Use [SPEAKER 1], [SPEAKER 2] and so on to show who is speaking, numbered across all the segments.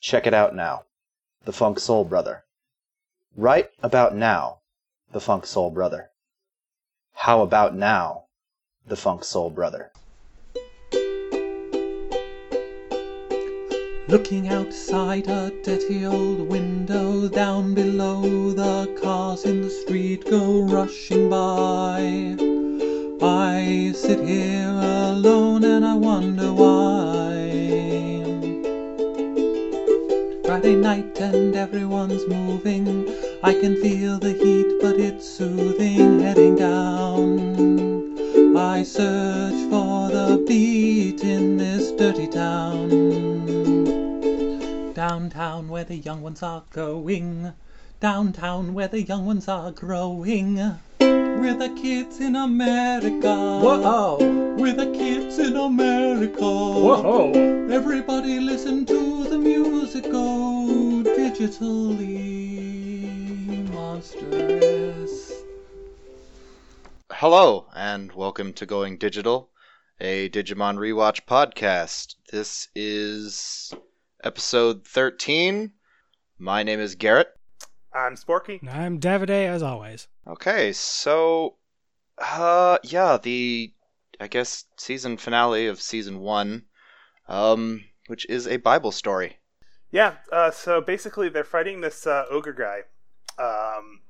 [SPEAKER 1] Check it out now. The Funk Soul Brother. Right about now. The Funk Soul Brother. How about now? The Funk Soul Brother.
[SPEAKER 2] Looking outside a dirty old window down below, the cars in the street go rushing by. I sit here alone and I wonder why. Friday night and everyone's moving. I can feel the heat, but it's soothing heading down. I search for the beat in this dirty town downtown where the young ones are going, downtown where the young ones are growing. We're the kids in America.
[SPEAKER 3] Whoa!
[SPEAKER 2] We're the kids in America.
[SPEAKER 3] Whoa!
[SPEAKER 2] Everybody listen to the music go digitally monstrous.
[SPEAKER 4] Hello, and welcome to Going Digital, a Digimon Rewatch podcast. This is episode 13. My name is Garrett.
[SPEAKER 3] I'm Sporky.
[SPEAKER 5] I'm Davide, as always.
[SPEAKER 4] Okay, so, uh, yeah, the, I guess, season finale of season one, um, which is a Bible story.
[SPEAKER 3] Yeah. Uh, so basically, they're fighting this uh, ogre guy, um,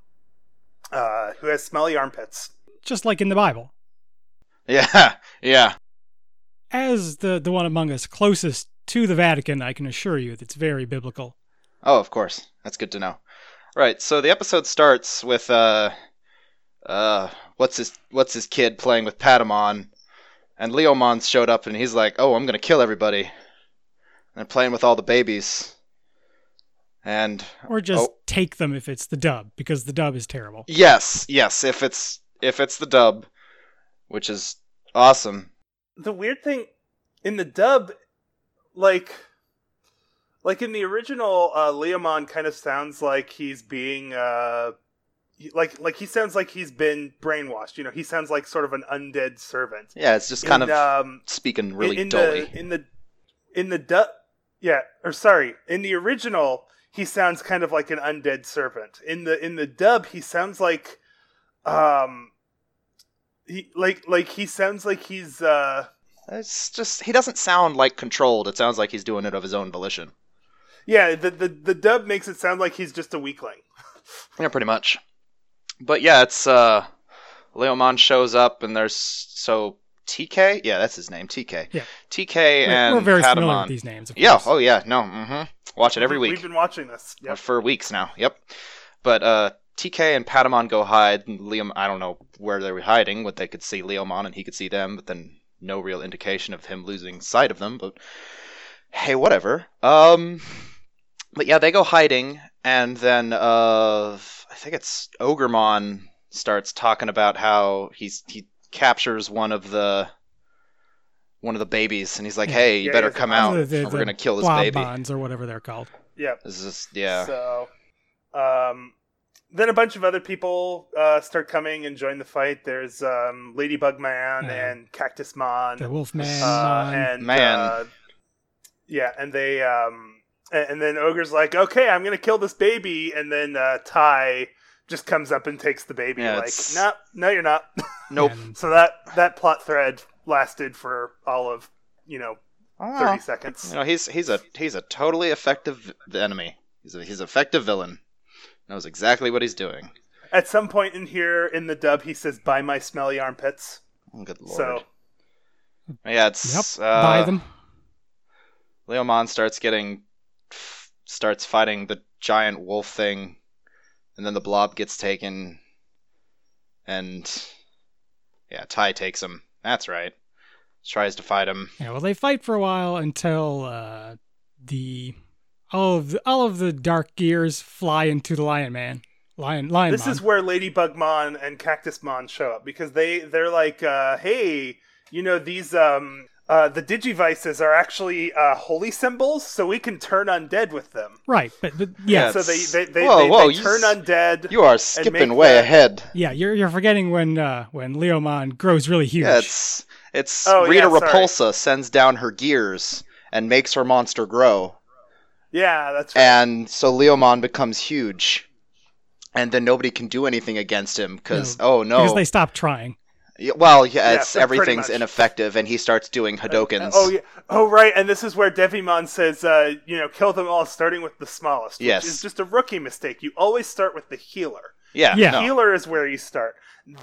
[SPEAKER 3] uh, who has smelly armpits.
[SPEAKER 5] Just like in the Bible.
[SPEAKER 4] Yeah, yeah.
[SPEAKER 5] As the, the one among us closest to the Vatican, I can assure you it's very biblical.
[SPEAKER 4] Oh, of course. That's good to know. Right, so the episode starts with uh uh what's his what's his kid playing with Patamon and Leomon showed up and he's like, "Oh, I'm going to kill everybody." And they're playing with all the babies. And
[SPEAKER 5] Or just
[SPEAKER 4] Oh.
[SPEAKER 5] take them if it's the dub, because the dub is terrible.
[SPEAKER 4] yes, yes, if it's if it's the dub, which is awesome.
[SPEAKER 3] The weird thing in the dub, like, like in the original, uh, Leomon kind of sounds like he's being, uh, he- like, like he sounds like he's been brainwashed. You know, he sounds like sort of an undead servant.
[SPEAKER 4] Yeah, it's just kind
[SPEAKER 3] In,
[SPEAKER 4] of
[SPEAKER 3] um,
[SPEAKER 4] speaking really
[SPEAKER 3] in, in
[SPEAKER 4] dully.
[SPEAKER 3] the in the in the du- yeah or sorry in the original he sounds kind of like an undead servant in the in the dub he sounds like um he like like he sounds like he's uh
[SPEAKER 4] it's just he doesn't sound like controlled. It sounds like he's doing it of his own volition.
[SPEAKER 3] yeah the the, the dub makes it sound like he's just a weakling
[SPEAKER 4] Yeah, pretty much. But yeah, it's uh Leomon shows up and there's so TK? Yeah, that's his name, TK.
[SPEAKER 5] Yeah.
[SPEAKER 4] TK
[SPEAKER 5] We're-
[SPEAKER 4] and
[SPEAKER 5] We're very familiar
[SPEAKER 4] Patamon.
[SPEAKER 5] with these names. Of
[SPEAKER 4] Yeah,
[SPEAKER 5] course.
[SPEAKER 4] oh yeah, no, mm-hmm. Watch it every
[SPEAKER 3] We-
[SPEAKER 4] week.
[SPEAKER 3] we've been watching this
[SPEAKER 4] Or
[SPEAKER 3] yep.
[SPEAKER 4] For weeks now, yep. But uh TK and Patamon go hide and Liam I don't know where they were hiding, but they could see Leomon and he could see them, but then no real indication of him losing sight of them, but hey, whatever. Um but yeah, they go hiding, and then uh, I think it's Ogremon starts talking about how he's he captures one of the one of the babies, and he's like,
[SPEAKER 5] Yeah.
[SPEAKER 4] "Hey, you
[SPEAKER 3] Yeah,
[SPEAKER 4] better
[SPEAKER 3] yeah,
[SPEAKER 4] come
[SPEAKER 3] the-
[SPEAKER 4] out.
[SPEAKER 5] The-
[SPEAKER 4] or
[SPEAKER 5] the- the
[SPEAKER 4] we're gonna kill this
[SPEAKER 5] blob
[SPEAKER 4] baby."
[SPEAKER 5] bonds or whatever they're called.
[SPEAKER 3] yeah
[SPEAKER 4] This is yeah,
[SPEAKER 3] So, um, then a bunch of other people uh, start coming and join the fight. There's um, Ladybug Man
[SPEAKER 5] Yeah.
[SPEAKER 3] and Cactus Mon,
[SPEAKER 5] The Wolfman.
[SPEAKER 3] uh,
[SPEAKER 5] Mon.
[SPEAKER 3] and
[SPEAKER 4] Man.
[SPEAKER 3] Uh, yeah, and they um, a- and then Ogre's like, "Okay, I'm gonna kill this baby," and then uh, Ty just comes up and takes the baby.
[SPEAKER 4] Yeah,
[SPEAKER 3] like,
[SPEAKER 4] it's-
[SPEAKER 3] no, no, you're not.
[SPEAKER 4] nope.
[SPEAKER 5] And
[SPEAKER 3] so that that plot thread lasted for all of you know
[SPEAKER 4] Oh,
[SPEAKER 3] thirty seconds.
[SPEAKER 4] you know, he's he's a he's a totally effective v- enemy. He's a he's an effective villain. Knows exactly what he's doing.
[SPEAKER 3] At some point in here in the dub, he says, "Buy my smelly armpits."
[SPEAKER 4] Oh, good lord.
[SPEAKER 3] So.
[SPEAKER 4] yeah,
[SPEAKER 5] Yep.
[SPEAKER 4] it's uh,
[SPEAKER 5] buy them.
[SPEAKER 4] Leomon starts getting f- starts fighting the giant wolf thing, and then the blob gets taken, and yeah, Ty takes him. That's right. Tries to fight him.
[SPEAKER 5] Yeah, well, they fight for a while until uh, the all of the, all of the dark gears fly into the Lion Man. Lion, Lion.
[SPEAKER 3] this
[SPEAKER 5] Mon.
[SPEAKER 3] is where Ladybug Mon and Cactus Mon show up because they they're like, uh, hey, you know these um uh, the digivices are actually uh, holy symbols, so we can turn undead with them.
[SPEAKER 5] right, but, but
[SPEAKER 4] Yeah,
[SPEAKER 5] yeah,
[SPEAKER 3] so they
[SPEAKER 4] it's-
[SPEAKER 3] they they,
[SPEAKER 4] Whoa,
[SPEAKER 3] they,
[SPEAKER 4] whoa,
[SPEAKER 3] they
[SPEAKER 4] you
[SPEAKER 3] turn
[SPEAKER 4] s-
[SPEAKER 3] undead.
[SPEAKER 4] You are
[SPEAKER 3] make
[SPEAKER 4] skipping way
[SPEAKER 3] that-
[SPEAKER 4] ahead.
[SPEAKER 5] yeah. You're you're forgetting when uh, when Leomon grows really huge.
[SPEAKER 4] Yeah, it's it's
[SPEAKER 3] Oh,
[SPEAKER 4] Rita
[SPEAKER 3] yeah, sorry.
[SPEAKER 4] Repulsa sends down her gears and makes her monster grow,
[SPEAKER 3] Yeah, that's right.
[SPEAKER 4] and so Leomon becomes huge, and then nobody can do anything against him because oh
[SPEAKER 5] because
[SPEAKER 4] no,
[SPEAKER 5] they stopped trying.
[SPEAKER 4] Yeah, well yeah,
[SPEAKER 3] Yeah,
[SPEAKER 4] it's
[SPEAKER 3] pretty
[SPEAKER 4] everything's
[SPEAKER 3] much.
[SPEAKER 4] ineffective, and he starts doing Hadokens.
[SPEAKER 3] Oh yeah. Oh right. And this is where Devimon says, uh, you know, kill them all, starting with the smallest.
[SPEAKER 4] Yes.
[SPEAKER 3] Which is just a rookie mistake. You always start with the healer.
[SPEAKER 4] yeah,
[SPEAKER 5] Yeah.
[SPEAKER 4] no.
[SPEAKER 3] Healer is where you start.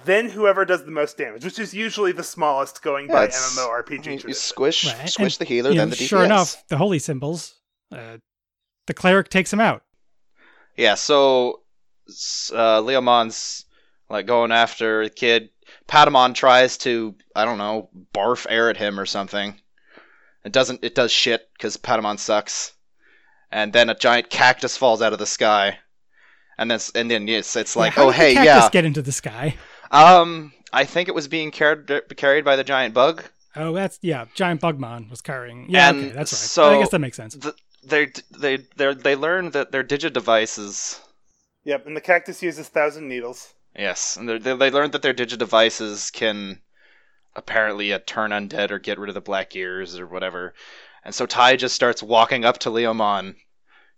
[SPEAKER 3] Then whoever does the most damage, which is usually the smallest, going by
[SPEAKER 4] it's-
[SPEAKER 3] MMORPG
[SPEAKER 4] You-
[SPEAKER 3] tradition.
[SPEAKER 4] You squish,
[SPEAKER 5] Right,
[SPEAKER 4] squish
[SPEAKER 5] and,
[SPEAKER 4] the healer,
[SPEAKER 5] You
[SPEAKER 4] then
[SPEAKER 5] know,
[SPEAKER 4] the DPS.
[SPEAKER 5] sure enough, the holy symbols. Uh, the cleric takes him out.
[SPEAKER 4] Yeah, so s- uh, Leomon's like going after the kid. Patamon tries to, I don't know, barf air at him or something. It doesn't. It does shit because Patamon sucks. And then a giant cactus falls out of the sky, and then and then it's it's
[SPEAKER 5] Yeah,
[SPEAKER 4] like,
[SPEAKER 5] how
[SPEAKER 4] oh
[SPEAKER 5] did the
[SPEAKER 4] hey,
[SPEAKER 5] cactus
[SPEAKER 4] yeah.
[SPEAKER 5] get into the sky.
[SPEAKER 4] Um, I think it was being carried carried by the giant bug.
[SPEAKER 5] Oh, that's yeah. Giant Bugmon was carrying. Yeah,
[SPEAKER 4] And
[SPEAKER 5] okay, that's right.
[SPEAKER 4] so-
[SPEAKER 5] I guess that makes sense.
[SPEAKER 4] Th they they they they learn that their digi devices
[SPEAKER 3] Yep. And the cactus uses thousand needles.
[SPEAKER 4] Yes, and they they learned that their digi devices can apparently uh, turn undead or get rid of the black ears or whatever. And so Tai just starts walking up to Leomon,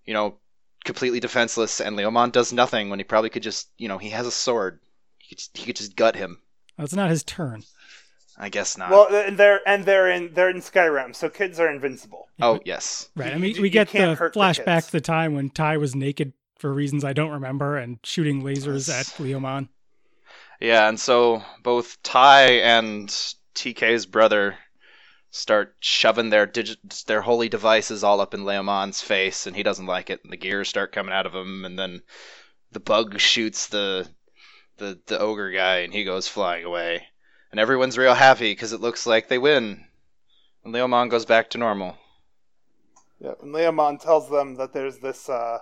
[SPEAKER 4] you know, completely defenseless, and Leomon does nothing when he probably could just, you know, he has a sword. He could just, he could just gut him.
[SPEAKER 5] That's not his turn.
[SPEAKER 4] I guess not.
[SPEAKER 3] Well, and they're and they're in they're in Skyrim, so kids are invincible.
[SPEAKER 4] oh, yes.
[SPEAKER 5] Right. I
[SPEAKER 3] You-
[SPEAKER 5] mean,
[SPEAKER 3] you-
[SPEAKER 5] we
[SPEAKER 3] you
[SPEAKER 5] get the
[SPEAKER 3] can't hurt the
[SPEAKER 5] flashback
[SPEAKER 3] kids.
[SPEAKER 5] to the time when Ty was naked for reasons I don't remember and shooting lasers at
[SPEAKER 4] Yes.
[SPEAKER 5] Leomon.
[SPEAKER 4] Yeah, and so both Ty and TK's brother start shoving their digi- their holy devices all up in Leomon's face, and he doesn't like it. And the gears start coming out of him, and then the bug shoots the the the ogre guy, and he goes flying away. And everyone's real happy because it looks like they win. And Leomon goes back to normal.
[SPEAKER 3] Yep. And Leomon tells them that there's this uh,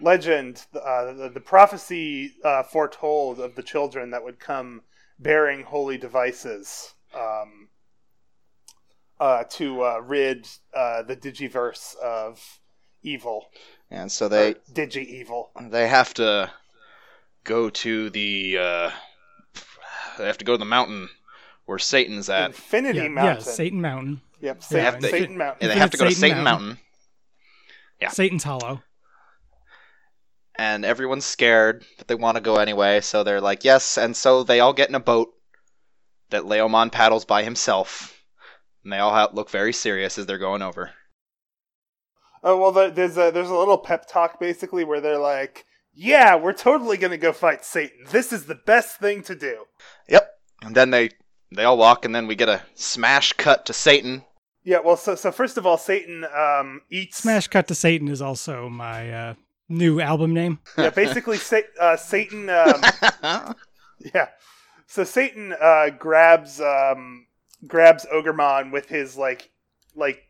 [SPEAKER 3] legend, uh, the, the prophecy uh, foretold of the children that would come bearing holy devices um, uh, to uh, rid uh, the digiverse of evil,
[SPEAKER 4] And so they
[SPEAKER 3] digi evil.
[SPEAKER 4] they have to go to the uh, they have to go to the mountain where Satan's at.
[SPEAKER 3] Infinity
[SPEAKER 5] Yeah, yeah,
[SPEAKER 3] Mountain.
[SPEAKER 5] Satan Mountain.
[SPEAKER 3] Yep,
[SPEAKER 5] They
[SPEAKER 4] have
[SPEAKER 3] Satan,
[SPEAKER 4] to-
[SPEAKER 3] Satan Mountain.
[SPEAKER 4] Yeah, they
[SPEAKER 5] Even
[SPEAKER 4] have to
[SPEAKER 5] at
[SPEAKER 4] go to
[SPEAKER 5] Satan
[SPEAKER 4] Satan
[SPEAKER 5] Mountain.
[SPEAKER 4] Mountain. Yeah.
[SPEAKER 5] Satan's Hollow.
[SPEAKER 4] and everyone's scared, but they want to go anyway, so they're like, yes, and so they all get in a boat that Leomon paddles by himself, and they all ha- look very serious as they're going over.
[SPEAKER 3] Oh well, there- there's a there's a little pep talk basically where they're like, "Yeah, we're totally gonna go fight Satan. This is the best thing to do."
[SPEAKER 4] And then they they all walk, and then we get a smash cut to Satan.
[SPEAKER 3] Yeah, well, so so first of all, Satan um, eats.
[SPEAKER 5] Smash Cut to Satan is also my uh, new album name.
[SPEAKER 3] Yeah, basically, sa- uh, Satan. Um, yeah, so Satan uh, grabs um, grabs Ogremon with his like like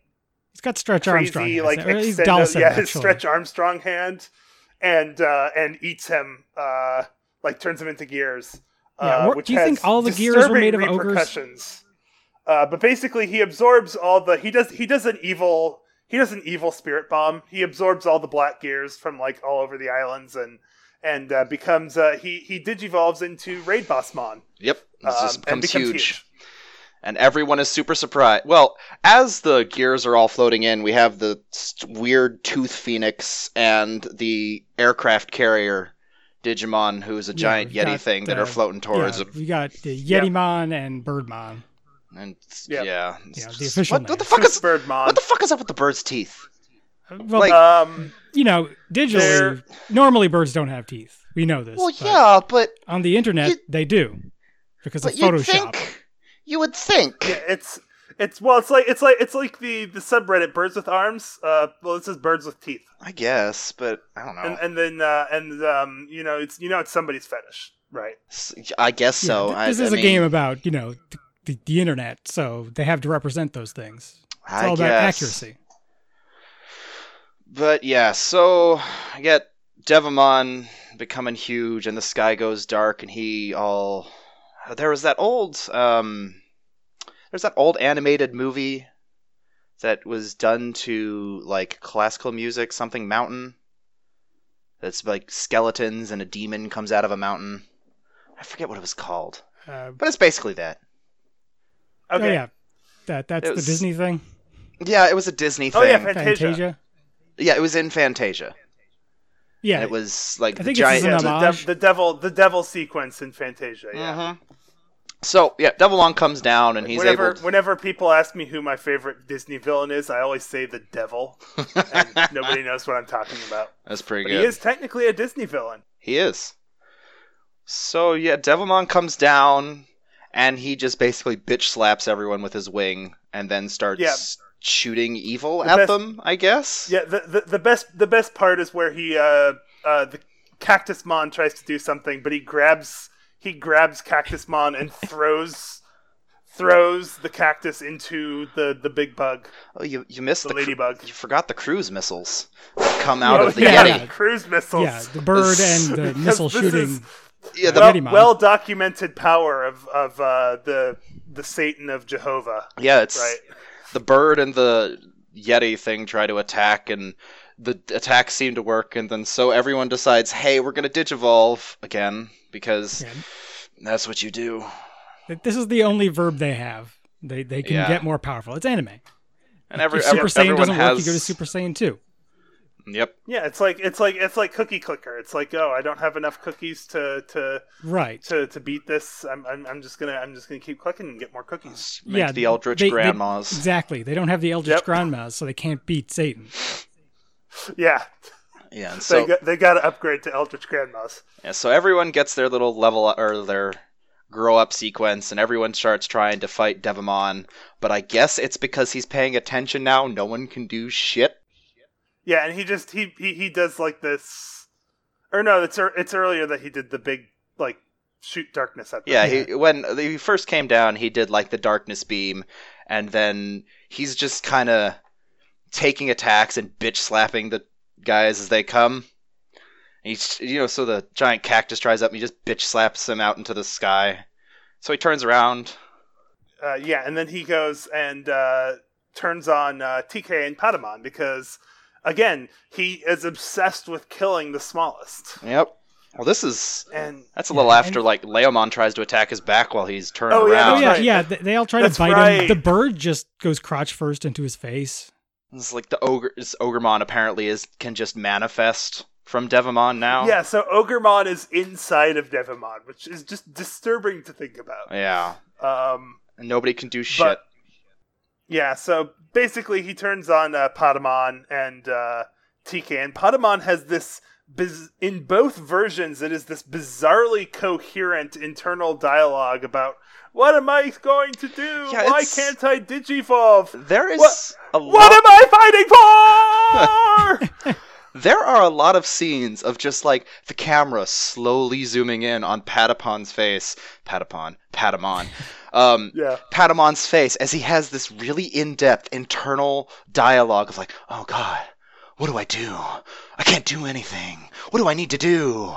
[SPEAKER 5] He's got Stretch Armstrong.
[SPEAKER 3] crazy
[SPEAKER 5] hands.
[SPEAKER 3] like
[SPEAKER 5] Or he's
[SPEAKER 3] extendo-
[SPEAKER 5] Dawson,
[SPEAKER 3] yeah, his
[SPEAKER 5] actually.
[SPEAKER 3] Stretch Armstrong hand, and uh, and eats him uh, like turns him into gears.
[SPEAKER 5] Yeah,
[SPEAKER 3] uh,
[SPEAKER 5] wha-
[SPEAKER 3] which
[SPEAKER 5] do you think
[SPEAKER 3] has
[SPEAKER 5] all the gears were
[SPEAKER 3] disturbing
[SPEAKER 5] made of ogres?
[SPEAKER 3] repercussions. Uh, but basically, he absorbs all the he does he does an evil he does an evil spirit bomb. He absorbs all the black gears from like all over the islands and and uh, becomes uh, he he digivolves into Raid Boss Mon.
[SPEAKER 4] yep, this
[SPEAKER 3] um,
[SPEAKER 4] just
[SPEAKER 3] and
[SPEAKER 4] becomes huge. and everyone is super surprised. Well, as the gears are all floating in, we have the st- weird tooth phoenix and the aircraft carrier Digimon, who is a
[SPEAKER 5] Yeah,
[SPEAKER 4] giant
[SPEAKER 5] we've
[SPEAKER 4] yeti
[SPEAKER 5] got,
[SPEAKER 4] thing that
[SPEAKER 5] uh,
[SPEAKER 4] are floating towards
[SPEAKER 5] yeah,
[SPEAKER 4] him.
[SPEAKER 5] we got the Yetimon and Birdmon.
[SPEAKER 4] And it's-
[SPEAKER 3] Yep.
[SPEAKER 4] yeah, it's
[SPEAKER 5] Yeah, the
[SPEAKER 4] just-
[SPEAKER 5] official
[SPEAKER 4] what, what the
[SPEAKER 5] name.
[SPEAKER 4] fuck is
[SPEAKER 3] Bird Mon.
[SPEAKER 4] what the fuck is up with the bird's teeth?
[SPEAKER 5] Uh, Well,
[SPEAKER 4] Like-
[SPEAKER 3] um,
[SPEAKER 5] you know, digitally,
[SPEAKER 3] They're-
[SPEAKER 5] normally birds don't have teeth. We know this.
[SPEAKER 4] Well,
[SPEAKER 5] but
[SPEAKER 4] yeah, but
[SPEAKER 5] On the internet,
[SPEAKER 4] You-
[SPEAKER 5] they do because
[SPEAKER 4] but
[SPEAKER 5] of
[SPEAKER 4] you'd
[SPEAKER 5] Photoshop.
[SPEAKER 4] think you would think.
[SPEAKER 3] Yeah, it's it's well, it's like it's like it's like the the subreddit Birds with Arms. Uh, well, this is Birds with Teeth,
[SPEAKER 4] I guess, but I don't know.
[SPEAKER 3] and and then uh, and um, you know, it's you know, it's somebody's fetish, right?
[SPEAKER 4] S- I guess
[SPEAKER 5] Yeah,
[SPEAKER 4] so.
[SPEAKER 5] th-
[SPEAKER 4] I-
[SPEAKER 5] this
[SPEAKER 4] I
[SPEAKER 5] is a
[SPEAKER 4] mean,
[SPEAKER 5] game about you know th- the, the internet, so they have to represent those things. It's
[SPEAKER 4] I
[SPEAKER 5] all about
[SPEAKER 4] guess.
[SPEAKER 5] accuracy.
[SPEAKER 4] But yeah, so I get Devamon becoming huge, and the sky goes dark, and he all. There was that old, um, there's that old animated movie that was done to like classical music, something mountain. That's like skeletons, and a demon comes out of a mountain. I forget what it was called,
[SPEAKER 5] Uh,
[SPEAKER 4] but it's basically that.
[SPEAKER 5] Oh
[SPEAKER 3] Okay.
[SPEAKER 5] yeah, that that's
[SPEAKER 4] It
[SPEAKER 5] the
[SPEAKER 4] was
[SPEAKER 5] Disney thing.
[SPEAKER 4] Yeah, it was a Disney thing.
[SPEAKER 3] Oh, yeah, Fantasia.
[SPEAKER 5] Fantasia.
[SPEAKER 4] Yeah, it was in Fantasia.
[SPEAKER 5] Yeah,
[SPEAKER 4] And it was like
[SPEAKER 5] I
[SPEAKER 4] the
[SPEAKER 5] think it's
[SPEAKER 4] giant.
[SPEAKER 5] an
[SPEAKER 3] Yeah,
[SPEAKER 5] It's
[SPEAKER 3] the,
[SPEAKER 5] homage.
[SPEAKER 3] dev- the devil, the devil sequence in Fantasia. Yeah.
[SPEAKER 4] Mhm. So yeah, Devil Long comes down and he's
[SPEAKER 3] whenever,
[SPEAKER 4] able. To...
[SPEAKER 3] whenever people ask me who my favorite Disney villain is, I always say the devil, and nobody knows what I'm talking about.
[SPEAKER 4] That's pretty
[SPEAKER 3] But
[SPEAKER 4] good.
[SPEAKER 3] he is technically a Disney villain.
[SPEAKER 4] He is. So yeah, Devilmon comes down and he just basically bitch slaps everyone with his wing and then starts
[SPEAKER 3] Yeah.
[SPEAKER 4] shooting evil
[SPEAKER 3] The
[SPEAKER 4] at
[SPEAKER 3] best-
[SPEAKER 4] them, I guess.
[SPEAKER 3] Yeah, the, the the best the best part is where he uh uh the Cactus Mon tries to do something, but he grabs he grabs Cactus Mon and throws throws the cactus into the the big bug,
[SPEAKER 4] Oh, you you missed
[SPEAKER 3] the,
[SPEAKER 4] the, cru-
[SPEAKER 3] ladybug.
[SPEAKER 4] you forgot the cruise missiles that come out
[SPEAKER 3] Oh,
[SPEAKER 4] of the
[SPEAKER 3] yeah,
[SPEAKER 4] Yeti.
[SPEAKER 3] cruise missiles.
[SPEAKER 5] yeah, the bird and the missile
[SPEAKER 3] Because this
[SPEAKER 5] shooting.
[SPEAKER 3] is-
[SPEAKER 4] Yeah, the,
[SPEAKER 5] Well-
[SPEAKER 3] well,
[SPEAKER 5] Yeti Mon.
[SPEAKER 3] well documented power of of uh, the the Satan of Jehovah,
[SPEAKER 4] yeah, it's
[SPEAKER 3] right?
[SPEAKER 4] the bird and the Yeti thing try to attack and the attacks seem to work and then so everyone decides, "Hey, we're going to digivolve again because
[SPEAKER 5] Yeah.
[SPEAKER 4] that's what you do."
[SPEAKER 5] Th- This is the only verb they have. They they can
[SPEAKER 4] Yeah.
[SPEAKER 5] get more powerful. It's anime.
[SPEAKER 4] And every,
[SPEAKER 5] if Super
[SPEAKER 4] every-
[SPEAKER 5] Saiyan
[SPEAKER 4] everyone
[SPEAKER 5] doesn't
[SPEAKER 4] has
[SPEAKER 5] work, you go to Super Saiyan two.
[SPEAKER 4] Yep.
[SPEAKER 3] Yeah, it's like it's like it's like cookie clicker. It's like oh, I don't have enough cookies to to
[SPEAKER 5] Right.
[SPEAKER 3] to, to beat this. I'm, I'm I'm just gonna I'm just gonna keep clicking and get more cookies.
[SPEAKER 4] Make
[SPEAKER 5] yeah,
[SPEAKER 4] the Eldritch
[SPEAKER 5] they- they-
[SPEAKER 4] grandmas.
[SPEAKER 5] Exactly. They don't have the Eldritch
[SPEAKER 3] Yep.
[SPEAKER 5] grandmas, so they can't beat Satan.
[SPEAKER 3] Yeah,
[SPEAKER 4] yeah, and
[SPEAKER 3] so,
[SPEAKER 4] so
[SPEAKER 3] they got, they got to upgrade to Eldritch Grandmas.
[SPEAKER 4] yeah, so everyone gets their little level up, or their grow up sequence, and everyone starts trying to fight Devamon. But I guess it's because he's paying attention now. No one can do shit.
[SPEAKER 3] Yeah, and he just he he, he does like this, or no, it's ear- it's earlier that he did the big like shoot darkness at them.
[SPEAKER 4] Yeah, He, when he first came down, he did like the darkness beam, and then he's just kind of taking attacks and bitch slapping the guys as they come. And He's, you know, so the giant cactus tries up and he just bitch slaps him out into the sky. So he turns around.
[SPEAKER 3] uh, yeah, and then he goes and uh, turns on uh, TK and Patamon because, again, he is obsessed with killing the smallest.
[SPEAKER 4] Yep. Well, this is
[SPEAKER 3] And
[SPEAKER 4] That's a
[SPEAKER 5] Yeah,
[SPEAKER 4] little
[SPEAKER 5] and-
[SPEAKER 4] after like Leomon tries to attack his back while he's turning
[SPEAKER 3] Oh, yeah,
[SPEAKER 4] around.
[SPEAKER 5] Oh
[SPEAKER 3] That's
[SPEAKER 5] yeah,
[SPEAKER 3] right.
[SPEAKER 5] yeah. They, they all try
[SPEAKER 3] That's
[SPEAKER 5] to bite him.
[SPEAKER 3] right.
[SPEAKER 5] The bird just goes crotch first into his face.
[SPEAKER 4] It's like the ogre is Ogremon apparently is can just manifest from Devamon now.
[SPEAKER 3] yeah, so Ogremon is inside of Devimon, which is just disturbing to think about.
[SPEAKER 4] Yeah.
[SPEAKER 3] Um,
[SPEAKER 4] And nobody can do shit.
[SPEAKER 3] But- yeah, so basically he turns on uh, Patamon and uh, TK, and Patamon has this. Biz- in both versions, it is this bizarrely coherent internal dialogue about what am I going to do?
[SPEAKER 4] Yeah,
[SPEAKER 3] Why
[SPEAKER 4] it's-
[SPEAKER 3] can't I digivolve?
[SPEAKER 4] there is
[SPEAKER 3] What-
[SPEAKER 4] a lot
[SPEAKER 3] What am I fighting for?
[SPEAKER 4] there are a lot of scenes of just like the camera slowly zooming in on Patapon's face. Patapon. Patamon. Um
[SPEAKER 3] yeah.
[SPEAKER 4] Patamon's face as he has this really in-depth internal dialogue of like, "Oh God, what do I do? I can't do anything. What do I need to do?"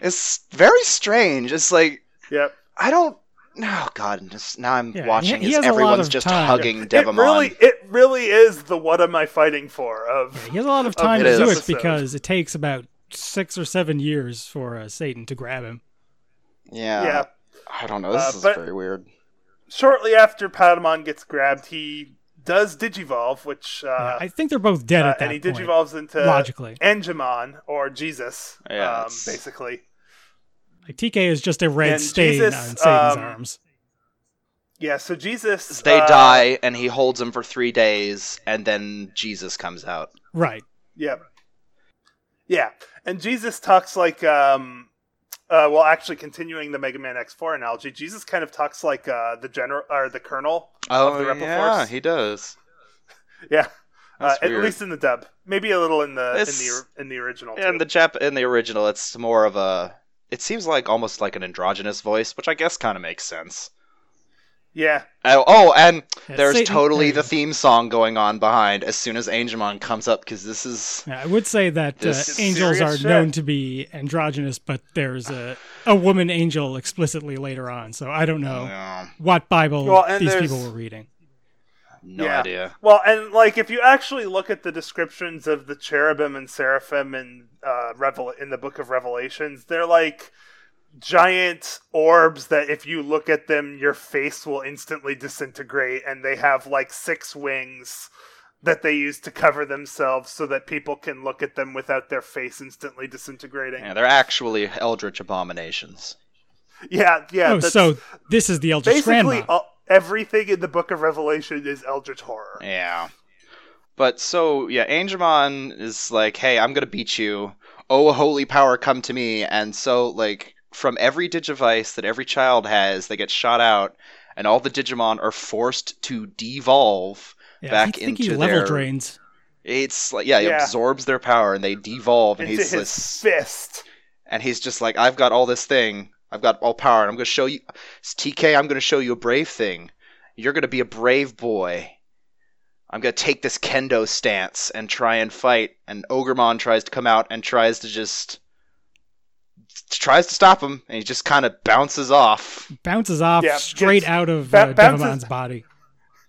[SPEAKER 4] It's very strange. It's like
[SPEAKER 3] Yep.
[SPEAKER 4] I don't. Oh God, and just now I'm
[SPEAKER 5] Yeah, he-
[SPEAKER 4] watching
[SPEAKER 5] he
[SPEAKER 4] is
[SPEAKER 5] has a lot
[SPEAKER 4] everyone's
[SPEAKER 5] of
[SPEAKER 4] just
[SPEAKER 5] time.
[SPEAKER 4] hugging
[SPEAKER 3] It
[SPEAKER 4] Devamon.
[SPEAKER 3] really, it really is the "What am I fighting for?" of
[SPEAKER 5] Yeah, he has a lot of
[SPEAKER 3] Of
[SPEAKER 5] time to
[SPEAKER 4] this
[SPEAKER 5] do it
[SPEAKER 3] Oh, episode.
[SPEAKER 5] because it takes about six or seven years for uh, Satan to grab him.
[SPEAKER 4] yeah.
[SPEAKER 3] yeah.
[SPEAKER 4] I don't know. This
[SPEAKER 3] Uh,
[SPEAKER 4] is
[SPEAKER 3] but-
[SPEAKER 4] very weird.
[SPEAKER 3] Shortly after Patamon gets grabbed, he does digivolve, which uh,
[SPEAKER 5] Yeah, I think they're both dead
[SPEAKER 3] uh,
[SPEAKER 5] at that
[SPEAKER 3] and he
[SPEAKER 5] point.
[SPEAKER 3] digivolves into
[SPEAKER 5] logically,
[SPEAKER 3] Angemon or Jesus,
[SPEAKER 4] Yeah,
[SPEAKER 3] um,
[SPEAKER 4] it's-
[SPEAKER 3] basically.
[SPEAKER 5] like TK is just a red
[SPEAKER 3] and
[SPEAKER 5] stain
[SPEAKER 3] Jesus,
[SPEAKER 5] on Satan's
[SPEAKER 3] um,
[SPEAKER 5] arms.
[SPEAKER 3] Yeah. So Jesus,
[SPEAKER 4] They
[SPEAKER 3] uh,
[SPEAKER 4] die, and he holds him for three days, and then Jesus comes out.
[SPEAKER 5] Right.
[SPEAKER 3] Yep. Yeah, and Jesus talks like, um, uh, well, actually, continuing the Mega Man X4 analogy, Jesus kind of talks like uh, the general or the Colonel.
[SPEAKER 4] Oh
[SPEAKER 3] the Rebel Force.
[SPEAKER 4] he does.
[SPEAKER 3] Yeah, uh,
[SPEAKER 4] That's
[SPEAKER 3] at
[SPEAKER 4] weird.
[SPEAKER 3] least in the dub, maybe a little in the in
[SPEAKER 4] This-
[SPEAKER 3] the or- in the original.
[SPEAKER 4] In
[SPEAKER 3] too.
[SPEAKER 4] the Jap, in the original, it's more of a. It seems like almost like an androgynous voice, which I guess kind of makes sense.
[SPEAKER 3] yeah,
[SPEAKER 4] Oh, oh, and
[SPEAKER 5] Yeah,
[SPEAKER 4] there's
[SPEAKER 5] Satan-
[SPEAKER 4] totally
[SPEAKER 5] there
[SPEAKER 4] the
[SPEAKER 5] you
[SPEAKER 4] theme song going on behind as soon as Angemon comes up because this is
[SPEAKER 5] go. Yeah, I would say that uh,
[SPEAKER 4] This is
[SPEAKER 5] angels are
[SPEAKER 3] serious shit.
[SPEAKER 5] known to be androgynous, but there's a a woman angel explicitly later on. So I don't know
[SPEAKER 4] Yeah,
[SPEAKER 5] what Bible
[SPEAKER 3] Well, and
[SPEAKER 5] these
[SPEAKER 3] there's-
[SPEAKER 5] people were reading.
[SPEAKER 4] no
[SPEAKER 3] Yeah.
[SPEAKER 4] idea.
[SPEAKER 3] well, and like if you actually look at the descriptions of the cherubim and seraphim in uh, Revel in the Book of Revelations, they're like giant orbs that if you look at them, your face will instantly disintegrate, and they have like six wings that they use to cover themselves so that people can look at them without their face instantly disintegrating.
[SPEAKER 4] Yeah, they're actually eldritch abominations.
[SPEAKER 3] Yeah, yeah.
[SPEAKER 5] oh,
[SPEAKER 3] that's
[SPEAKER 5] so this is the Eldritch
[SPEAKER 3] basically
[SPEAKER 5] Grandma.
[SPEAKER 3] all, everything in the Book of Revelation is Eldritch horror.
[SPEAKER 4] Yeah. But so yeah, Angemon is like, "Hey, I'm gonna beat you. Oh, holy power, come to me!" And so like from every digivice that every child has, they get shot out, and all the Digimon are forced to devolve.
[SPEAKER 5] Yeah,
[SPEAKER 4] back
[SPEAKER 5] I think he
[SPEAKER 4] into
[SPEAKER 5] level
[SPEAKER 4] their-
[SPEAKER 5] drains.
[SPEAKER 4] It's like yeah, he
[SPEAKER 3] Yeah.
[SPEAKER 4] absorbs their power and they devolve, and
[SPEAKER 3] Into
[SPEAKER 4] he's
[SPEAKER 3] his
[SPEAKER 4] this
[SPEAKER 3] fist.
[SPEAKER 4] and he's just like, I've got all this thing. I've got all power, and I'm going to show you. It's TK, I'm going to show you a brave thing. You're going to be a brave boy. I'm going to take this kendo stance and try and fight. And Ogremon tries to come out and tries to just. tries to stop him, and he just kind of bounces off.
[SPEAKER 5] Bounces off
[SPEAKER 3] Yeah,
[SPEAKER 5] straight
[SPEAKER 3] gets-
[SPEAKER 5] out of
[SPEAKER 3] ba-
[SPEAKER 5] uh,
[SPEAKER 3] bounces-
[SPEAKER 5] Devimon's body.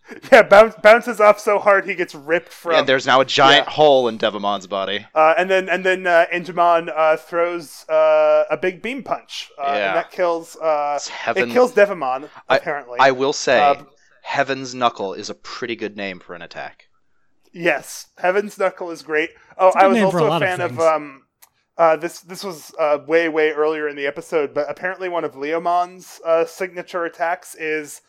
[SPEAKER 3] Yeah, bounce, bounces off so hard he gets ripped from.
[SPEAKER 4] And there's now a giant hole in Devimon's body.
[SPEAKER 3] Uh, and then and then uh, Angemon uh, throws uh, a big beam punch, uh,
[SPEAKER 4] Yeah.
[SPEAKER 3] and that kills uh,
[SPEAKER 4] It's
[SPEAKER 3] it
[SPEAKER 4] heaven.
[SPEAKER 3] kills Devamon apparently.
[SPEAKER 4] I will say,
[SPEAKER 3] Uh,
[SPEAKER 4] Heaven's Knuckle is a pretty good name for an attack.
[SPEAKER 3] yes, Heaven's Knuckle is great. Oh,
[SPEAKER 5] a good
[SPEAKER 3] I was
[SPEAKER 5] name for a
[SPEAKER 3] also a,
[SPEAKER 5] lot of
[SPEAKER 3] fan of,
[SPEAKER 5] things.
[SPEAKER 3] um, uh, this. This was uh, way way earlier in the episode, but apparently one of Leomon's uh, signature attacks is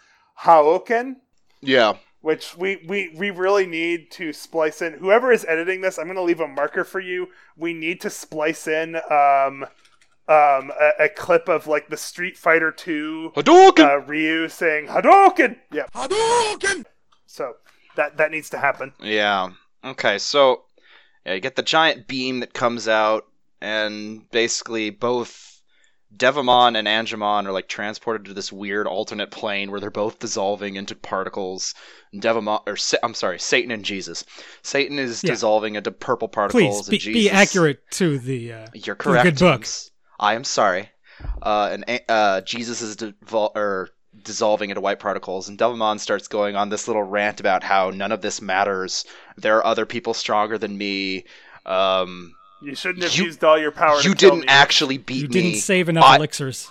[SPEAKER 3] Haoken.
[SPEAKER 4] Yeah.
[SPEAKER 3] which we, we, we really need to splice in. Whoever is editing this, I'm going to leave a marker for you. We need to splice in um, um, a, a clip of like the Street Fighter 2
[SPEAKER 4] Hadouken!
[SPEAKER 3] uh, Ryu saying Hadouken. Yeah. Hadouken. So that that needs to happen.
[SPEAKER 4] Yeah. Okay, so yeah, you get the giant beam that comes out, and basically both Devamon and Angemon are like transported to this weird alternate plane where they're both dissolving into particles. And Devamon, or Sa- I'm sorry, Satan and Jesus. Satan is
[SPEAKER 5] Yeah.
[SPEAKER 4] dissolving into purple particles.
[SPEAKER 5] Please be,
[SPEAKER 4] and Jesus,
[SPEAKER 5] be accurate to the. Uh,
[SPEAKER 4] You're
[SPEAKER 5] a good
[SPEAKER 4] correct.
[SPEAKER 5] book.
[SPEAKER 4] I'm s- I am sorry. Uh, and A- uh, Jesus is devol- or dissolving into white particles, and Devamon starts going on this little rant about how none of this matters. There are other people stronger than me. Um,
[SPEAKER 3] You shouldn't have
[SPEAKER 4] You-
[SPEAKER 3] used all your power.
[SPEAKER 4] you
[SPEAKER 3] to kill
[SPEAKER 4] didn't
[SPEAKER 3] me.
[SPEAKER 4] actually beat me.
[SPEAKER 5] you didn't save enough
[SPEAKER 4] I-
[SPEAKER 5] elixirs.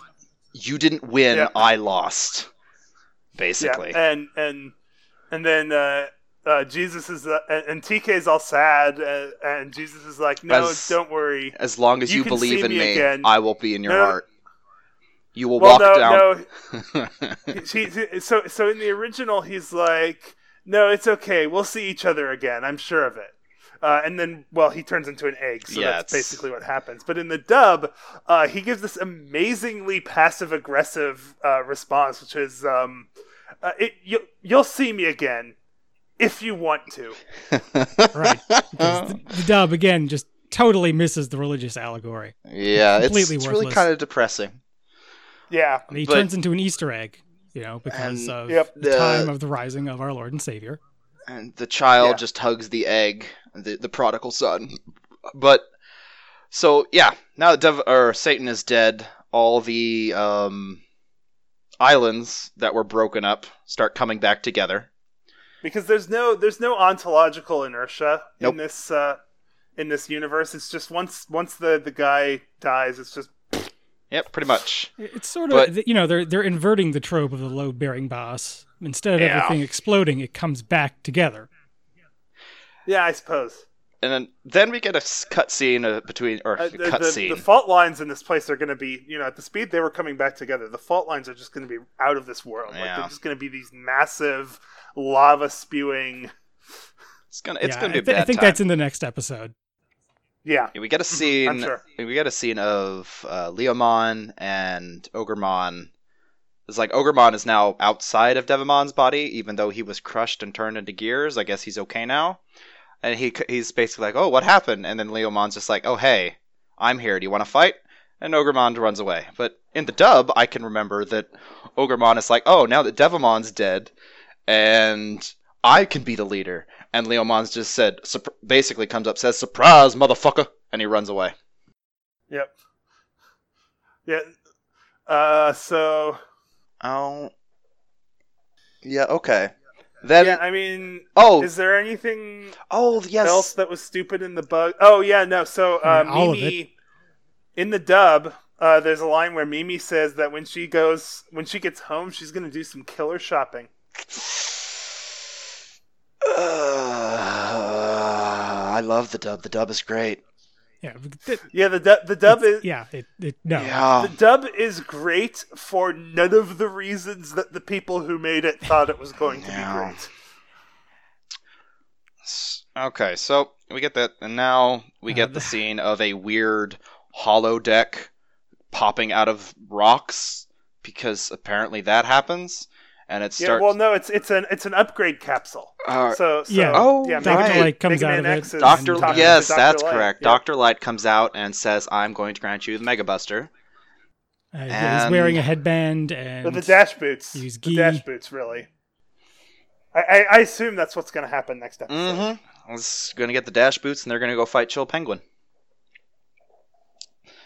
[SPEAKER 4] you didn't win.
[SPEAKER 3] Yeah.
[SPEAKER 4] I lost.
[SPEAKER 3] Yeah,
[SPEAKER 4] Basically.
[SPEAKER 3] and and and then. Uh, uh, Jesus is uh, and and TK's all sad, uh, and Jesus is like, "No,
[SPEAKER 4] As-
[SPEAKER 3] don't worry.
[SPEAKER 4] As long as
[SPEAKER 3] You
[SPEAKER 4] you,
[SPEAKER 3] can see
[SPEAKER 4] believe in
[SPEAKER 3] me
[SPEAKER 4] me,
[SPEAKER 3] again.
[SPEAKER 4] I will be in your
[SPEAKER 3] No.
[SPEAKER 4] heart. You will
[SPEAKER 3] Well,
[SPEAKER 4] walk
[SPEAKER 3] no,
[SPEAKER 4] down.
[SPEAKER 3] no, She- she- so so in the original he's like no it's okay we'll see each other again i'm sure of it uh, and then well he turns into an egg so
[SPEAKER 4] Yeah,
[SPEAKER 3] that's
[SPEAKER 4] it's-
[SPEAKER 3] basically what happens but in the dub uh, he gives this amazingly passive aggressive uh, response which is um, uh, it, you, you'll see me again if you want to
[SPEAKER 5] Right. Because the, the dub, again, just totally misses the religious allegory.
[SPEAKER 4] yeah, it's,
[SPEAKER 5] Completely
[SPEAKER 4] it's really
[SPEAKER 5] worthless.
[SPEAKER 4] kind of depressing.
[SPEAKER 3] yeah
[SPEAKER 5] And he
[SPEAKER 4] But-
[SPEAKER 5] turns into an Easter egg, you know, because
[SPEAKER 4] And-
[SPEAKER 5] of
[SPEAKER 3] Yep.
[SPEAKER 5] the
[SPEAKER 4] Uh,
[SPEAKER 5] time of the rising of our Lord and Savior.
[SPEAKER 4] and the child
[SPEAKER 3] Yeah.
[SPEAKER 4] just hugs the egg, the the prodigal son. But so yeah, now that Dev- or Satan is dead, all the um, islands that were broken up start coming back together.
[SPEAKER 3] because there's no there's no ontological inertia
[SPEAKER 4] Nope.
[SPEAKER 3] in this uh, in this universe it's just once once the the guy dies it's just
[SPEAKER 4] Yep, pretty much.
[SPEAKER 5] It- It's sort
[SPEAKER 4] But-
[SPEAKER 5] of, th you know, they're they're inverting the trope of the load-bearing boss. Instead of
[SPEAKER 4] Yeah.
[SPEAKER 5] everything exploding, it comes back together.
[SPEAKER 3] yeah i suppose
[SPEAKER 4] And then, then we get a s- cut scene uh, between or
[SPEAKER 3] Uh,
[SPEAKER 4] cut
[SPEAKER 3] the, the, the
[SPEAKER 4] scene.
[SPEAKER 3] fault lines in this place are going to be, you know, at the speed they were coming back together, the fault lines are just going to be out of this world. Like
[SPEAKER 4] Yeah.
[SPEAKER 3] they're just going to be these massive lava spewing.
[SPEAKER 4] it's gonna it's
[SPEAKER 5] Yeah,
[SPEAKER 4] gonna
[SPEAKER 5] I,
[SPEAKER 4] be
[SPEAKER 5] thi-
[SPEAKER 4] a bad
[SPEAKER 5] I think
[SPEAKER 4] time.
[SPEAKER 5] that's in the next episode.
[SPEAKER 3] Yeah,
[SPEAKER 4] Yeah, we get a scene.
[SPEAKER 3] sure.
[SPEAKER 4] We get a scene of uh, Leomon and Ogremon. It's like Ogremon is now outside of Devimon's body, even though he was crushed and turned into gears. I guess he's okay now, and he c- he's basically like, "Oh, what happened?" And then Leomon's just like, "Oh, hey, I'm here. Do you want to fight?" And Ogremon runs away. But in the dub, I can remember that Ogremon is like, "Oh, now that Devimon's dead, and I can be the leader," and Leomon's just said, sup- basically comes up, says, "Surprise, motherfucker," and he runs away.
[SPEAKER 3] yep, yeah. Uh, so
[SPEAKER 4] Oh. Yeah, okay. Then
[SPEAKER 3] yeah, I mean,
[SPEAKER 4] oh,
[SPEAKER 3] is there anything
[SPEAKER 4] oh yes.
[SPEAKER 3] else that was stupid in the bug? Oh yeah, no. So uh,
[SPEAKER 5] Yeah, all of
[SPEAKER 3] Mimi in the dub. Uh, there's a line where Mimi says that when she goes, when she gets home, she's gonna do some killer shopping.
[SPEAKER 4] I love the dub. The dub is great.
[SPEAKER 5] Yeah, th-
[SPEAKER 3] Yeah, the du- the dub is
[SPEAKER 5] yeah. It, it, no,
[SPEAKER 4] Yeah.
[SPEAKER 3] the dub is great for none of the reasons that the people who made it thought it was going to
[SPEAKER 4] Yeah.
[SPEAKER 3] be great.
[SPEAKER 4] S- Okay, so we get that, and now we
[SPEAKER 5] Uh,
[SPEAKER 4] get the scene of a weird hollow deck popping out of rocks because apparently that happens, and it
[SPEAKER 3] Yeah,
[SPEAKER 4] starts.
[SPEAKER 3] well, no, it's it's an it's an upgrade capsule.
[SPEAKER 4] Uh,
[SPEAKER 3] So, so
[SPEAKER 5] Yeah.
[SPEAKER 4] Oh,
[SPEAKER 3] yeah,
[SPEAKER 4] Dr.
[SPEAKER 3] Megan-
[SPEAKER 5] Light comes
[SPEAKER 3] Megan
[SPEAKER 5] out of
[SPEAKER 3] Man
[SPEAKER 5] it.
[SPEAKER 3] X is
[SPEAKER 4] Doctor,
[SPEAKER 3] talking to
[SPEAKER 4] yes,
[SPEAKER 3] Dr.
[SPEAKER 4] that's
[SPEAKER 3] Light.
[SPEAKER 4] correct.
[SPEAKER 3] Yeah.
[SPEAKER 4] Doctor Light comes out and says, "I'm going to grant you the Mega Buster."
[SPEAKER 5] Uh, yeah, he's wearing a headband and
[SPEAKER 3] But the dash boots.
[SPEAKER 5] Use
[SPEAKER 3] the
[SPEAKER 5] gi.
[SPEAKER 3] dash boots, really. I, I, I assume that's what's going to happen next episode.
[SPEAKER 4] Mm-hmm. It's gonna get the dash boots, and they're gonna go fight Chill Penguin.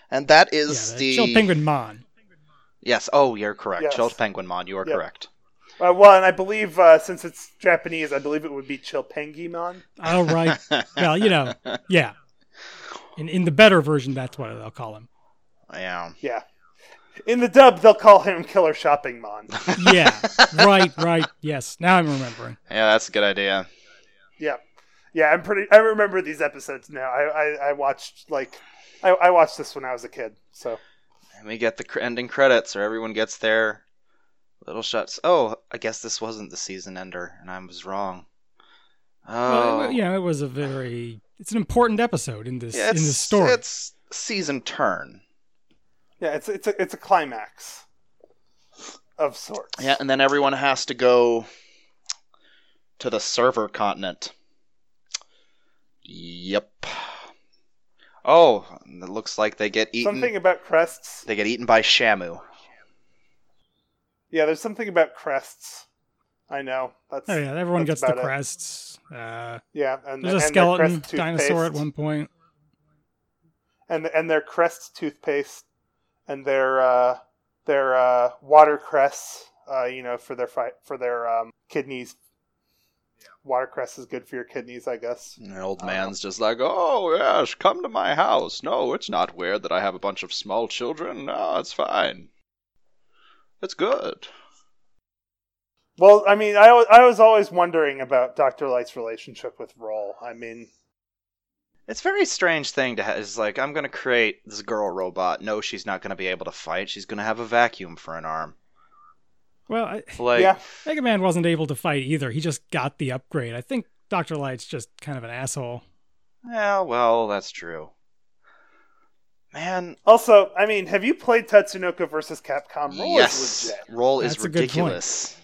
[SPEAKER 4] And that
[SPEAKER 5] yeah,
[SPEAKER 4] is
[SPEAKER 5] the
[SPEAKER 4] the
[SPEAKER 5] Chill Penguin Mon.
[SPEAKER 4] Yes. Oh, you're correct.
[SPEAKER 3] Yes.
[SPEAKER 4] Chill Penguin Mon. You are
[SPEAKER 3] Yeah.
[SPEAKER 4] correct. Mm-hmm.
[SPEAKER 3] Uh, well, and I believe uh, since it's Japanese, I believe it would be Chilpengimon.
[SPEAKER 5] All right. well, you know, yeah. In in the better version, that's what they'll call him.
[SPEAKER 4] Yeah.
[SPEAKER 3] Yeah. In the dub, they'll call him Killer Shopping Mon.
[SPEAKER 5] Yeah, right, right. Yes, now I'm remembering.
[SPEAKER 4] Yeah, that's a good idea.
[SPEAKER 3] yeah. Yeah, I'm pretty. I remember these episodes now. I, I, I watched like, I, I watched this when I was a kid. So
[SPEAKER 4] And we get the cr- ending credits, or everyone gets their little shots. Oh, I guess this wasn't the season ender, and I was wrong. Oh,
[SPEAKER 5] Well, it- you know, it was a very it's an important episode in this
[SPEAKER 4] yeah,
[SPEAKER 5] in
[SPEAKER 4] it's,
[SPEAKER 5] this story.
[SPEAKER 4] it's season turn.
[SPEAKER 3] yeah, it's it's a, it's a climax of sorts.
[SPEAKER 4] Yeah, and then everyone has to go to the server continent. Yep. Oh, and it looks like they get eaten.
[SPEAKER 3] something about crests.
[SPEAKER 4] They get eaten by Shamu.
[SPEAKER 3] Yeah, there's something about crests. I know. That's
[SPEAKER 5] Oh yeah, everyone
[SPEAKER 3] that's
[SPEAKER 5] gets the
[SPEAKER 3] about it.
[SPEAKER 5] crests. Uh,
[SPEAKER 3] Yeah, and
[SPEAKER 5] there's
[SPEAKER 3] the-
[SPEAKER 5] a
[SPEAKER 3] and their
[SPEAKER 5] skeleton
[SPEAKER 3] crest
[SPEAKER 5] dinosaur at
[SPEAKER 3] toothpaste,
[SPEAKER 5] one point.
[SPEAKER 3] and and their crest toothpaste and their uh, their uh, water crests. Uh, you know, for their fight for their um, kidneys. Watercress is good for your kidneys, I guess.
[SPEAKER 4] And the old man's just like, "Oh yes, come to my house. No, it's not weird that I have a bunch of small children. No, it's fine. It's good."
[SPEAKER 3] Well, I mean, I, wa- I was always wondering about Doctor Light's relationship with Roll. I mean,
[SPEAKER 4] It's a very strange thing to ha It's like, I'm gonna create this girl robot. No, she's not gonna be able to fight. She's gonna have a vacuum for an arm.
[SPEAKER 5] Well, I,
[SPEAKER 4] Like,
[SPEAKER 3] yeah,
[SPEAKER 5] Mega Man wasn't able to fight either. He just got the upgrade. I think Doctor Light's just kind of an asshole.
[SPEAKER 4] Yeah, well, that's true. Man,
[SPEAKER 3] Also, I mean, have you played Tatsunoko versus Capcom? Um, Roll
[SPEAKER 4] yes,
[SPEAKER 3] is legit.
[SPEAKER 4] roll is
[SPEAKER 5] That's a good point.
[SPEAKER 4] ridiculous.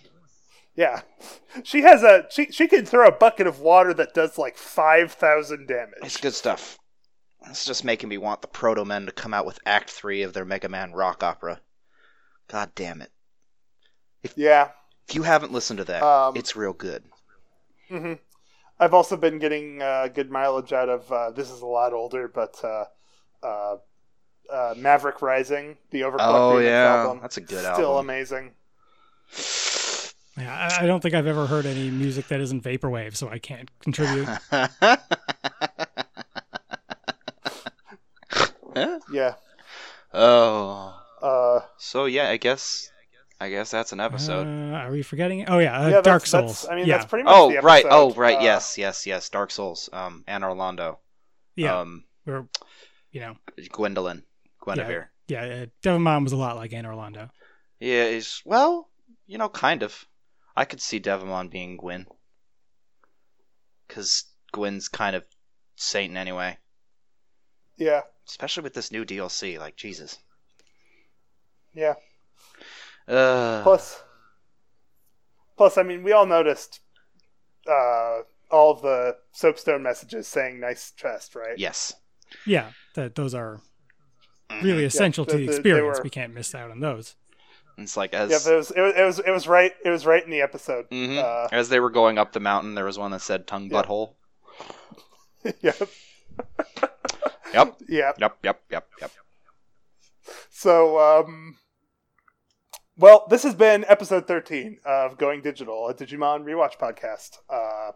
[SPEAKER 3] Yeah, she has a she. She can throw a bucket of water that does like five
[SPEAKER 4] It's
[SPEAKER 3] thousand damage.
[SPEAKER 4] good stuff. It's just making me want the Proto Men to come out with Act Three of their Mega Man rock opera. God damn it!
[SPEAKER 3] Yeah.
[SPEAKER 4] If you haven't listened to that,
[SPEAKER 3] Um,
[SPEAKER 4] it's real good.
[SPEAKER 3] hmm I've also been getting uh, good mileage out of uh, this. Is a lot older, but uh, uh, uh, Maverick Rising, the Overclock
[SPEAKER 4] Oh,
[SPEAKER 3] Remix
[SPEAKER 4] yeah.
[SPEAKER 3] album,
[SPEAKER 4] That's a good
[SPEAKER 3] still
[SPEAKER 4] album.
[SPEAKER 3] amazing.
[SPEAKER 5] Yeah, I, I don't think I've ever heard any music that isn't vaporwave, so I can't contribute. Uh,
[SPEAKER 3] Yeah.
[SPEAKER 4] oh,
[SPEAKER 3] Uh,
[SPEAKER 4] so yeah, I guess, I guess that's an episode.
[SPEAKER 5] Uh, are we forgetting it? Oh yeah, uh,
[SPEAKER 3] yeah, that's-
[SPEAKER 5] Dark
[SPEAKER 3] that's-
[SPEAKER 5] Souls.
[SPEAKER 3] I mean,
[SPEAKER 5] yeah,
[SPEAKER 3] that's pretty much
[SPEAKER 4] oh
[SPEAKER 3] the
[SPEAKER 4] right, oh
[SPEAKER 3] episode.
[SPEAKER 4] right,
[SPEAKER 3] Uh,
[SPEAKER 4] yes, yes, yes. Dark Souls, um, and Orlando,
[SPEAKER 5] yeah.
[SPEAKER 4] um,
[SPEAKER 5] we're, you know,
[SPEAKER 4] Gwendolyn, Guinevere.
[SPEAKER 5] yeah. Uh, Devon Mom was a lot like Anne Orlando.
[SPEAKER 4] Yeah, it's well, you know, kind of. I could see Devamon being Gwyn. Cause Gwyn's kind of Satan anyway.
[SPEAKER 3] Uh, Yeah.
[SPEAKER 4] Especially with this new DLC, like Jesus.
[SPEAKER 3] Yeah.
[SPEAKER 4] Uh
[SPEAKER 3] Plus, plus, I mean, we all noticed uh, all the soapstone messages saying "nice chest," right?
[SPEAKER 4] Yes.
[SPEAKER 5] Yeah, that those are
[SPEAKER 4] Mhm.
[SPEAKER 5] really essential to
[SPEAKER 3] the- the-
[SPEAKER 5] the
[SPEAKER 3] they
[SPEAKER 5] experience.
[SPEAKER 3] were-
[SPEAKER 5] We can't miss out on those.
[SPEAKER 4] It's like
[SPEAKER 3] Yeah,
[SPEAKER 4] as
[SPEAKER 3] but it was, it was it was it was right it was right in the episode.
[SPEAKER 4] Mhm.
[SPEAKER 3] Uh,
[SPEAKER 4] as they were going up the mountain, there was one that said tongue
[SPEAKER 3] Yeah.
[SPEAKER 4] butthole.
[SPEAKER 3] yep,
[SPEAKER 4] Yep.
[SPEAKER 3] yep.
[SPEAKER 4] Yep, yep, yep, yep.
[SPEAKER 3] So, um, well, this has been episode thirteen of Going Digital, a Digimon rewatch podcast, uh,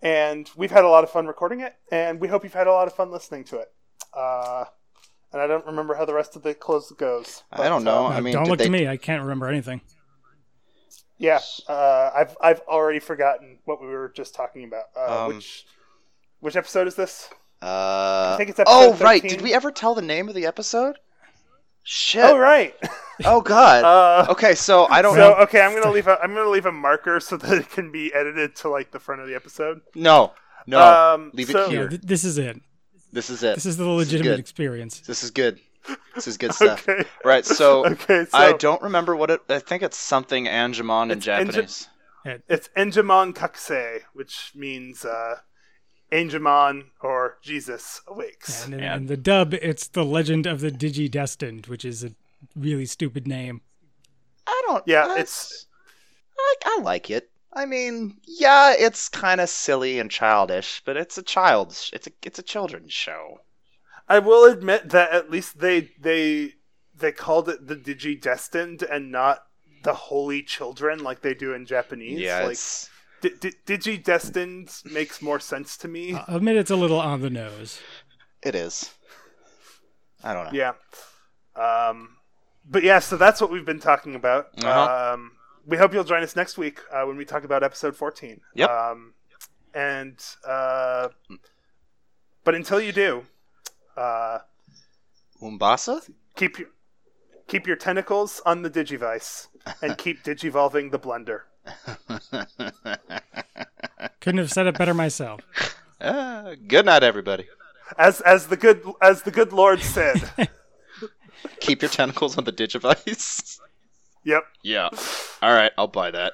[SPEAKER 3] and we've had a lot of fun recording it, and we hope you've had a lot of fun listening to it. Uh, and I don't remember how the rest of the close goes.
[SPEAKER 4] I don't know.
[SPEAKER 3] uh,
[SPEAKER 4] I
[SPEAKER 5] No,
[SPEAKER 4] mean,
[SPEAKER 5] don't
[SPEAKER 4] did
[SPEAKER 5] look
[SPEAKER 4] they-
[SPEAKER 5] to me. I can't remember anything.
[SPEAKER 3] Yeah, uh, I've I've already forgotten what we were just talking about, uh,
[SPEAKER 4] Um,
[SPEAKER 3] which Which episode is this?
[SPEAKER 4] Uh,
[SPEAKER 3] I think it's episode
[SPEAKER 4] oh right,
[SPEAKER 3] 13.
[SPEAKER 4] did we ever tell the name of the episode? Shit.
[SPEAKER 3] Oh right.
[SPEAKER 4] Oh god.
[SPEAKER 3] Uh,
[SPEAKER 4] okay, so I don't
[SPEAKER 3] so
[SPEAKER 4] know.
[SPEAKER 3] okay, I'm gonna leave a I'm gonna leave a marker so that it can be edited to like the front of the episode.
[SPEAKER 4] No, no.
[SPEAKER 3] um,
[SPEAKER 4] leave it
[SPEAKER 3] so-
[SPEAKER 5] Yeah,
[SPEAKER 4] here.
[SPEAKER 5] th- this is it.
[SPEAKER 4] this is it.
[SPEAKER 5] This is the
[SPEAKER 4] Oh, This is
[SPEAKER 5] legitimate
[SPEAKER 4] good.
[SPEAKER 5] experience.
[SPEAKER 4] This is good. This is good stuff.
[SPEAKER 3] Okay.
[SPEAKER 4] Right, so
[SPEAKER 3] okay, so
[SPEAKER 4] I don't remember what it. I think it's something Angemon in
[SPEAKER 3] It's Ange-
[SPEAKER 4] Japanese.
[SPEAKER 3] It's Enjimon Kakusei, which means uh, Angemon or Jesus awakes.
[SPEAKER 5] And in,
[SPEAKER 4] Yeah.
[SPEAKER 5] in the dub, it's the Legend of the Digi Destined, which is a really stupid name.
[SPEAKER 4] I don't.
[SPEAKER 3] Yeah,
[SPEAKER 4] I-
[SPEAKER 3] it's-
[SPEAKER 4] I, I like it. I mean, yeah, it's kind of silly and childish, but it's a child's. It's a it's a children's show.
[SPEAKER 3] I will admit that at least they they they called it the Digi Destined and not the Holy Children like they do in Japanese.
[SPEAKER 4] yeah,
[SPEAKER 3] like
[SPEAKER 4] it's
[SPEAKER 3] di- di- Digi Destined makes more sense to me.
[SPEAKER 5] I'll admit it's a little on the nose.
[SPEAKER 4] it is. I don't know.
[SPEAKER 3] yeah. Um, but yeah, so that's what we've been talking about.
[SPEAKER 4] Uh-huh.
[SPEAKER 3] Um, we hope you'll join us next week uh, when we talk about episode 14.
[SPEAKER 4] Yep.
[SPEAKER 3] Um, and, uh, but until you do, uh,
[SPEAKER 4] Umbasa.
[SPEAKER 3] keep your, keep your tentacles on the Digivice and keep digivolving the blender.
[SPEAKER 5] Couldn't have said it better myself.
[SPEAKER 4] Ah, good night, everybody.
[SPEAKER 3] As, as the good, as the good Lord said.
[SPEAKER 4] Keep your tentacles on the digivice.
[SPEAKER 3] yep.
[SPEAKER 4] yeah. All right, I'll buy that.